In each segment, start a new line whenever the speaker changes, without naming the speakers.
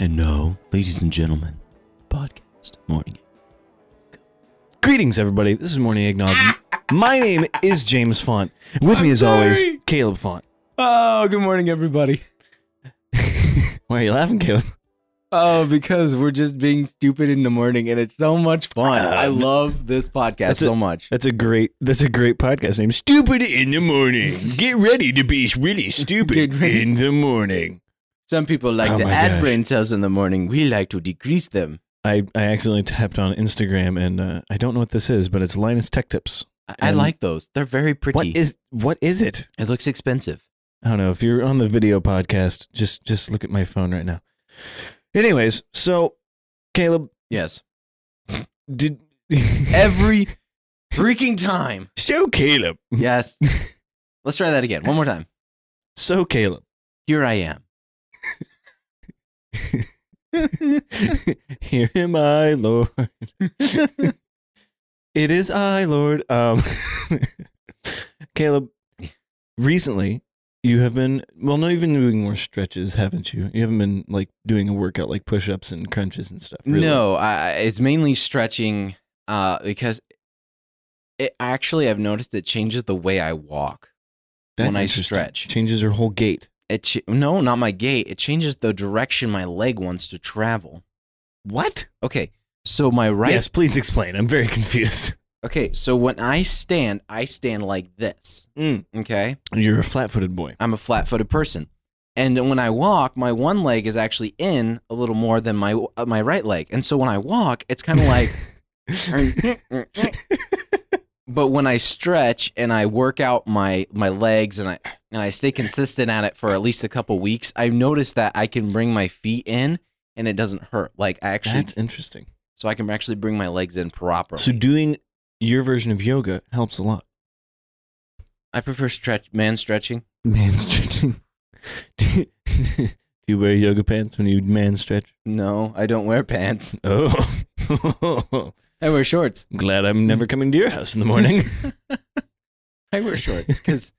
And no, ladies and gentlemen, podcast morning.
Greetings, everybody. This is Morning Eggnog. My name is James Font. With me, as always,
sorry.
Caleb Font.
Oh, good morning, everybody.
Why are you laughing, Caleb?
Oh, because we're just being stupid in the morning, and it's so much fun. I love this podcast
Uh, That's it.
so much.
That's a great. That's a great podcast name. Stupid in the morning. Get ready to be really
Get
stupid
ready.
in the morning.
Some people like
Oh
to
my
add
gosh.
brain cells in the morning. We like to decrease them.
I, I accidentally tapped on Instagram and uh, I don't know what this is, but it's Linus Tech Tips.
I, I
And-
like those. They're very
What
pretty.
is what is it?
it looks expensive.
I don't know. If you're on the video podcast, just just look at my phone right now. Anyways, so Caleb
Yes.
did
Every freaking time.
so Caleb
Yes. Let's try that again. One more time.
so Caleb
Here I am.
Here am I, Lord. it is I, Lord. Um, Caleb, recently you have been well. No, you've been doing more stretches, haven't you? You haven't been like doing a workout like push-ups and crunches and stuff. Really.
No, I, I- it's mainly stretching uh, because it actually, I've noticed it changes the way I walk.
that's
when I
interesting.
stretch.
changes your whole gait.
It ch- no, not my gait. It changes the direction my leg wants to travel.
What?
Okay, so my right.
Yes, please explain. I'm very confused.
Okay, so when I stand, I stand like this.
Mm.
Okay,
You're a flat-footed boy.
I'm a flat-footed person, and then when I walk, my one leg is actually in a little more than my uh, my right leg, and so when I walk, it's kind of like. but when I stretch and I work out my my legs and I and I stay consistent at it for at least a couple weeks, I've noticed that I can bring my feet in and it doesn't hurt. Like I actually,
That's interesting.
so I can actually bring my legs in properly.
So doing your version of yoga helps a lot.
I prefer stretch, man stretching.
Man stretching. Do you wear yoga pants when you man stretch?
No, I don't wear pants.
Oh.
I wear shorts.
Glad I'm never coming to your house in the morning.
I wear shorts because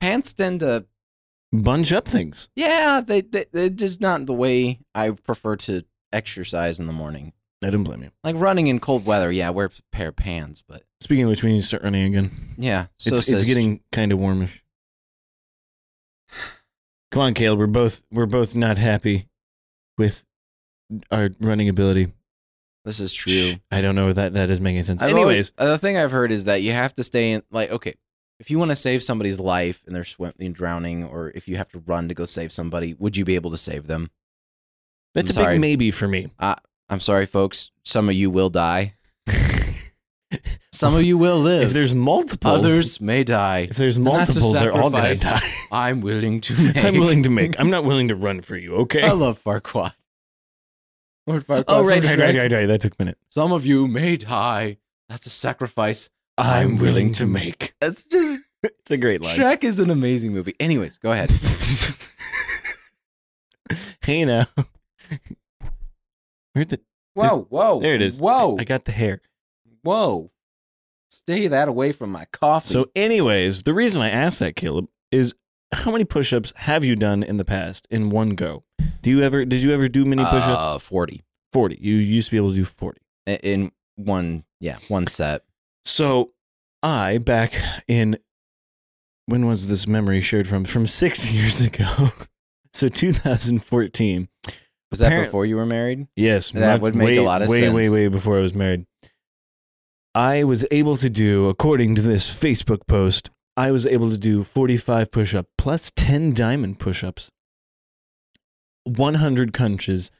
pants tend to,
Bunch up things.
yeah, they they they're just not the way I prefer to exercise in the morning.
I didn't blame you.
Like running in cold weather, yeah, I wear a pair of pants, but
Speaking of which, we need to start running again.
yeah, so
It's, it's
says-
getting kind of warmish. Come on, Caleb. We're both we're both not happy with our running ability.
This is true.
Shh. I don't know if that that is making sense.
I've
Anyways,
always- uh, the thing I've heard is that you have to stay in. Like, okay, if you want to save somebody's life and they're swimming, drowning, or if you have to run to go save somebody, would you be able to save them?
that's a
I'm sorry.
big maybe for me.
I'm sorry, folks. Some of you will die. Some of you will live.
If there's multiples,
others may die.
If there's
that's a
multiple, they're all gonna die.
sacrifice I'm willing to make.
I'm willing to make. I'm not willing to run for you. Okay.
I love Farquaad. Lord Farquaad.
oh right,
from
right, right,
Shrek.
right, right. That took a minute.
Some of you may die. That's a sacrifice.
I'm, willing,
willing
to
to
make.
That's just
It's a great line.
Shrek is an amazing movie. Anyways, go ahead.
hey now. Where the
Whoa, whoa.
there it is.
Whoa,
I got the hair.
whoa. Stay that away from my coffee.
So, anyways, the reason I asked that, Caleb, is how many push-ups have you done in the past in one go? Do you ever did you ever do many push-ups?
Uh, 40.
forty. You used to be able to do forty.
I- In one, yeah, one set.
So I back in when was this memory shared from? From six years ago. so 2014.
Was that
Apparent-
before you were married?
Yes,
That
much-
would make
way,
a lot of
way,
sense.
Way, way, before I was married. I was able to do, according to this Facebook post, I was able to do 45 push up plus 10 diamond push ups, 100 crunches,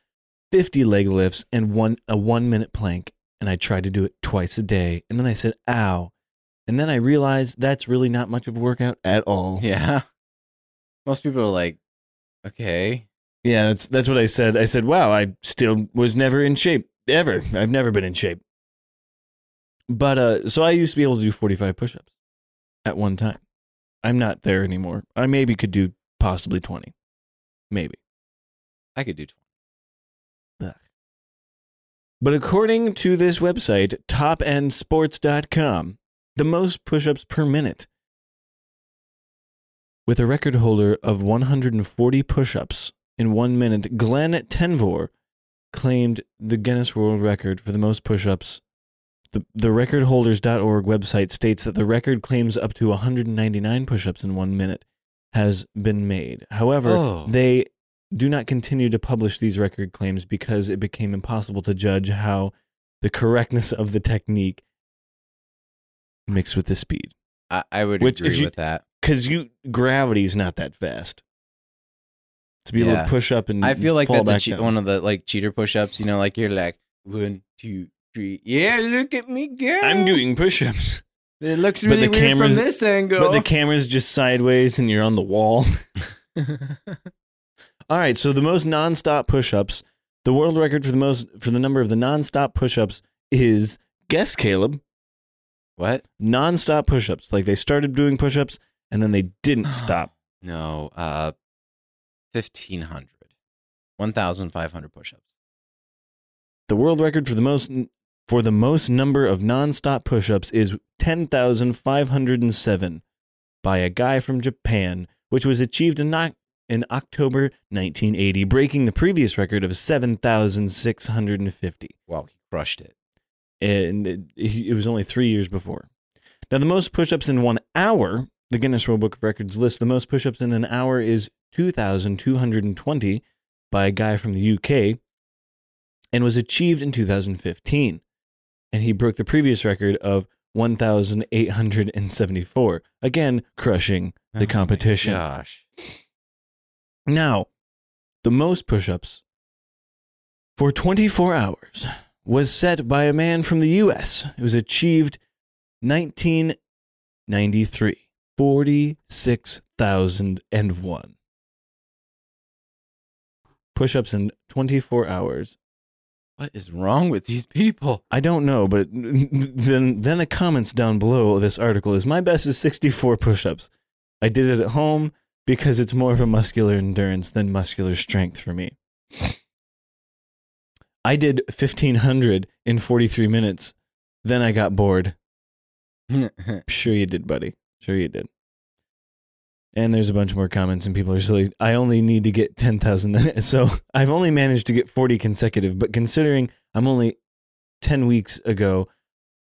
50 leg lifts, and one a one minute plank. And I tried to do it twice a day. And then I said, ow. And then I realized that's really not much of a workout at
Oh.
all.
Yeah. Most people are like, okay.
Yeah, that's that's what I said. I said, "Wow, I still was never in shape ever. I've never been in shape." But uh so I used to be able to do 45 push-ups at one time. I'm not there anymore. I maybe could do possibly 20. Maybe.
I could do 20.
But according to this website, topendsports.com, the most push-ups per minute with a record holder of 140 push-ups in 1 minute, Glenn Tenvor claimed the Guinness World Record for the most push-ups. The, the recordholders.org website states that the record claims up to 199 push-ups in 1 minute has been made. However,
Oh.
they do not continue to publish these record claims because it became impossible to judge how the correctness of the technique mixed with the speed.
I, I would
Which, if
agree
you-
with that.
Cuz you gravity's not that fast. To be able
Yeah.
to push up and
I feel like
fall
that's a
back
che-
down.
one of the like cheater push-ups. You know, like you're like one, two, three. Yeah, look at me go.
I'm doing push-ups.
It looks
but
really
the
weird
cameras-
from this angle.
But the camera's just sideways and you're on the wall. All right, so the most nonstop push-ups, the world record for the most for the number of the nonstop push-ups is guess Caleb,
what?
nonstop push-ups. Like they started doing push-ups and then they didn't stop.
No, uh, fifteen hundred. One thousand five hundred push-ups.
The world record for the most for the most number of nonstop push-ups is 10,507 by a guy from Japan, which was achieved in Oc- in October 1980, breaking the previous record of 7,650.
Wow, he crushed it.
and it, it was only three years before. Now, the most push-ups in one hour, the Guinness World Book of Records lists the most push-ups in an hour is 2,220 by a guy from the UK, and was achieved in 2015, and he broke the previous record of 1,874. Again, crushing
Oh my
the competition.
Gosh.
Now, the most push ups for 24 hours was set by a man from the US. It was achieved 1993, 46,001. Push ups in 24 hours.
What is wrong with these people?
I don't know, but then, then the comments down below this article is my best is 64 push ups. I did it at home because it's more of a muscular endurance than muscular strength for me. I did 1500 in 43 minutes. Then I got bored. Sure you did, buddy. Sure you did. And there's a bunch more comments, and people are silly. I only need to get 10,000. So I've only managed to get 40 consecutive, but considering I'm only 10 weeks ago,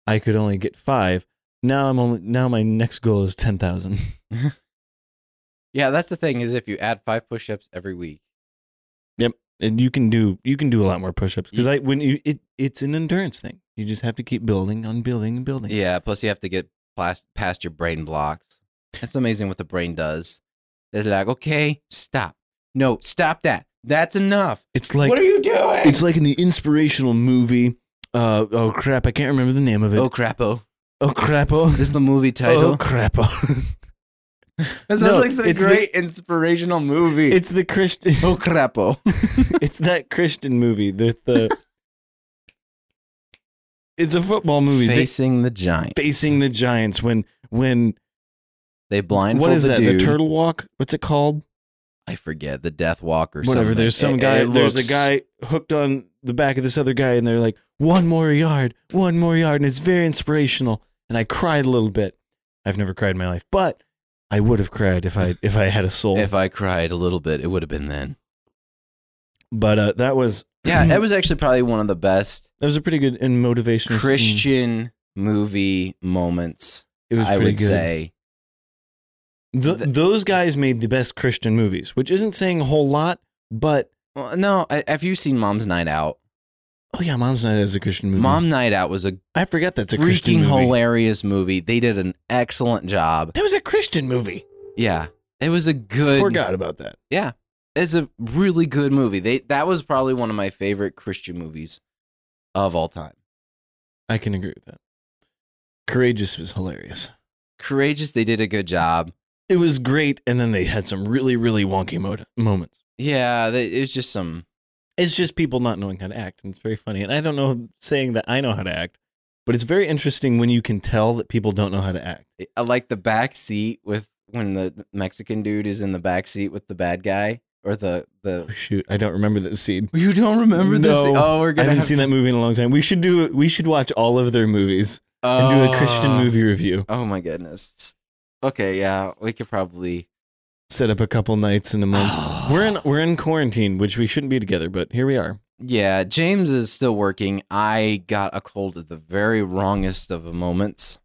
I could only get five. Now I'm only now my next goal is 10,000.
yeah, that's the thing is if you add five push-ups every week.
And you can do you can do a lot more push-ups because I when you it it's an endurance thing. You just have to keep building on building and building.
Yeah, plus you have to get past, past your brain blocks. It's amazing what the brain does. It's like, okay, stop. No, stop that. That's enough.
It's like
what are you doing?
it's like in the inspirational movie. Uh oh crap! I can't remember the name of it.
oh crapo.
Oh crap! Oh,
This is the movie
oh
title.
crap! Oh.
that
no, it's the-
inspirational movie.
it's the Christian.
oh crapo.
It's that Christian movie. The the. it's a football movie. They-
Facing the giant.
facing the Giants when when
They blindfold
what is
the
that
dude.
the turtle walk? What's it called?
I forget the death walk or
Whatever.
something.
There's some
It-
guy.
it
there's a
looks-
guy hooked on the back of this other guy, and they're like, "One more yard, one more yard," and it's very inspirational. And I cried a little bit. I've never cried in my life, but I would have cried if I if I had a soul.
If I cried a little bit, it would have been then.
but uh, that was
Yeah, that was actually probably one of the best
that was a pretty good and motivational scene.
Christian movie moments.
It was
I
pretty
would
good.
say.
Th-
Th-
those guys made the best Christian movies, which isn't saying a whole lot, but
Well, no, I, have you seen Mom's Night Out?
oh yeah, Mom's Night is a Christian movie.
Mom Night Out was a
I forget that's Mm-hmm. a Christian
freaking
movie.
hilarious movie. They did an excellent job.
That was a Christian movie.
Yeah, it was a good.
Forgot about that.
Yeah, it's a really good movie. They that was probably one of my favorite Christian movies of all time.
I can agree with that. Courageous was hilarious.
Courageous. They did a good job.
It was great, and then they had some really, really wonky mod- moments.
Yeah, they, it was just some.
It's just people not knowing how to act, and it's very funny. And I don't know saying that I know how to act, but it's very interesting when you can tell that people don't know how to act.
I like the back seat with when the Mexican dude is in the back seat with the bad guy or the
Oh,
the.
shoot, I don't remember this scene.
You don't
remember this? No,
Oh, we're
I
gonna.
haven't seen that movie in a long time. We should do. We should watch all of their movies and do a Christian movie review.
Oh my goodness. Okay, yeah, we could probably.
Set up a couple nights in a month. We're in we're in quarantine, which we shouldn't be together, but here we are.
Yeah, James is still working. I got a cold at the very wrongest of moments.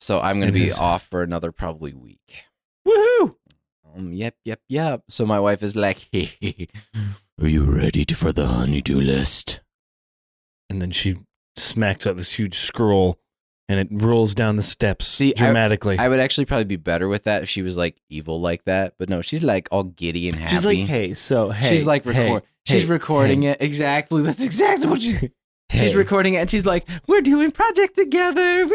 So I'm going
It
to be
is-
off for another probably week.
Woohoo!
Um, yep, yep, yep. So my wife is like,
Are you ready to- for the honeydew list?
And then she smacks out this huge scroll and it rolls down the steps
See, I-
dramatically.
I would actually probably be better with that if she was like evil like that. But no, she's like all giddy and happy.
She's like, hey, so hey.
she's like record. she's
hey,
recording it exactly. That's exactly what she. She's
Hey.
recording it, and she's like, "We're doing project together."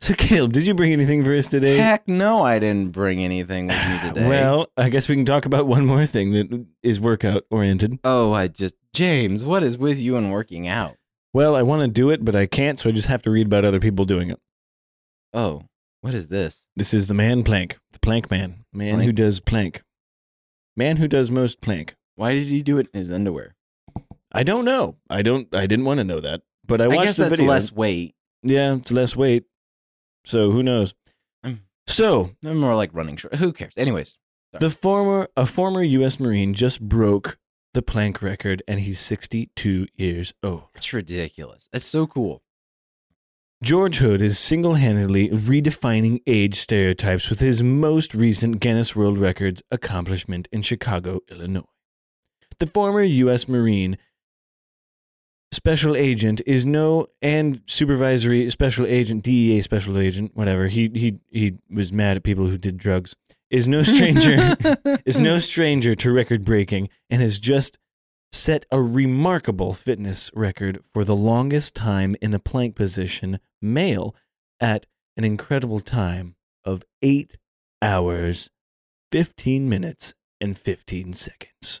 So Caleb, did you bring anything for us today?
Heck, no, I didn't bring anything with me today.
Well, I guess we can talk about one more thing that is workout oriented.
oh, I just James, what is with you and working out?
Well, I want to do it, but I can't, so I just have to read about other people doing it.
Oh, what is this?
This is the man plank, the plank man, man who
Plank?
does plank, man who does most plank.
Why did he do it in his underwear?
I don't know. I don't. I didn't want to know that, but I
I,
watched
guess
the
that's
video.
less weight.
Yeah, it's less weight, so who knows?
Mm.
So
No, More like running short. Who cares? Anyways,
the former a former U.S. Marine just broke the plank record, and he's sixty-two years old.
it's ridiculous. It's so cool.
George Hood is single handedly redefining age stereotypes with his most recent Guinness World Records accomplishment in Chicago, Illinois. The former U.S. Marine special agent is no, and supervisory special agent, DEA special agent, whatever, he, he, he was mad at people who did drugs, is no stranger is no stranger to record breaking and has just set a remarkable fitness record for the longest time in a plank position, male, at an incredible time of 8 hours, 15 minutes, and 15 seconds.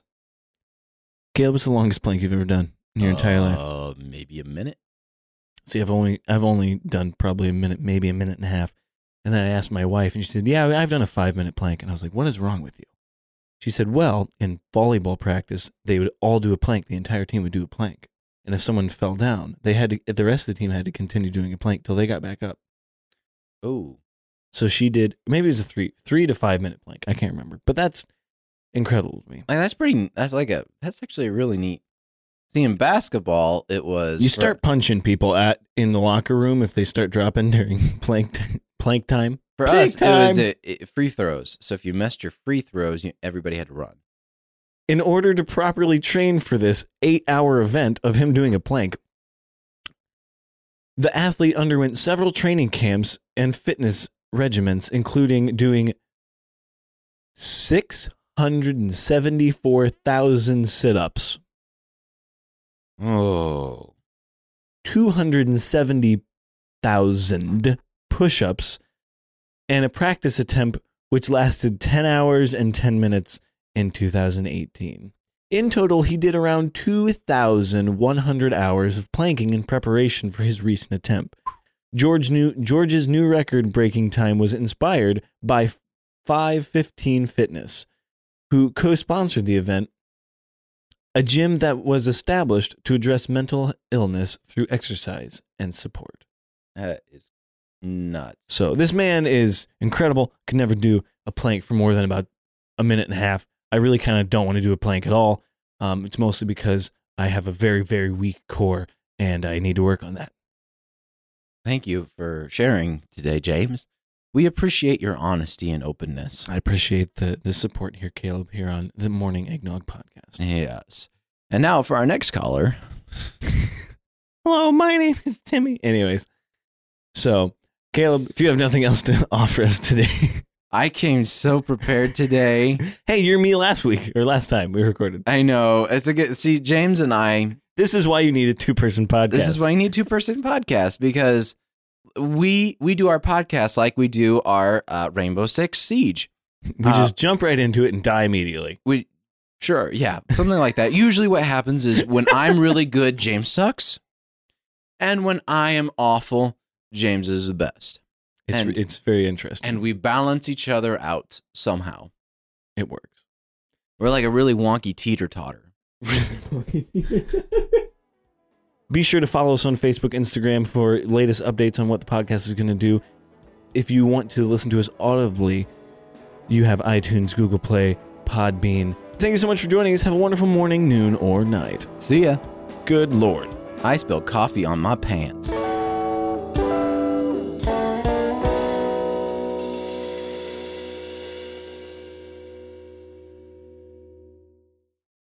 Caleb, what's the longest plank you've ever done in your entire life?
Uh, maybe a minute.
See, I've only I've only done probably a minute, maybe a minute and a half. And then I asked my wife, and she said, "Yeah, I've done a five-minute plank." And I was like, "What is wrong with you?" She said, "Well, in volleyball practice, they would all do a plank. The entire team would do a plank. And if someone fell down, they had to, the rest of the team had to continue doing a plank till they got back up.
Oh,
So she did maybe it was a three three to five minute plank. I can't remember, but that's incredible to me.
like that's pretty. That's like a. That's actually really neat. See, in basketball, it was
You start punching people at in the locker room if they start dropping during plank plank time.
for, for
big
us. It was
time.
uh it, free throws. So if you missed your free throws, you, everybody had to run.
in order to properly train for this eight hour event of him doing a plank, the athlete underwent several training camps and fitness regimens, including doing 674,000 sit ups,
Oh,
270,000 push ups, and a practice attempt which lasted 10 hours and 10 minutes in 2018. In total, he did around 2,100 hours of planking in preparation for his recent attempt. George knew, George's new record breaking time was inspired by 515 Fitness, who co sponsored the event, a gym that was established to address mental illness through exercise and support.
that is nuts.
So this man is incredible. Could never do a plank for more than about a minute and a half. I really kind of don't want to do a plank at all. Um, it's mostly because I have a very, very weak core and I need to work on that.
Thank you for sharing today, James. We appreciate your honesty and openness.
I appreciate the the support here, Caleb, here on the Morning Eggnog Podcast.
Yes. And now for our next caller.
Hello, my name is Timmy. Anyways, so Caleb, if you have nothing else to offer us today,
I came so prepared today.
hey, you're me last week or last time we recorded.
I know. It's a good see, James and I
This is why you need a two person podcast.
This is why you need two person podcasts because we we do our podcast like we do our uh, Rainbow Six Siege.
we
uh,
just jump right into it and die immediately.
We sure, yeah, something like that. Usually, what happens is when I'm really good, James sucks, and when I am awful, James is the best.
It's
And-
it's very interesting.
And we balance each other out somehow.
it works.
We're like a really wonky teeter totter.
Be sure to follow us on Facebook, Instagram for latest updates on what the podcast is going to do. If you want to listen to us audibly, you have iTunes, Google Play, Podbean, Thank you so much for joining us. Have a wonderful morning, noon, or night.
See ya.
Good Lord.
I spilled coffee on my pants.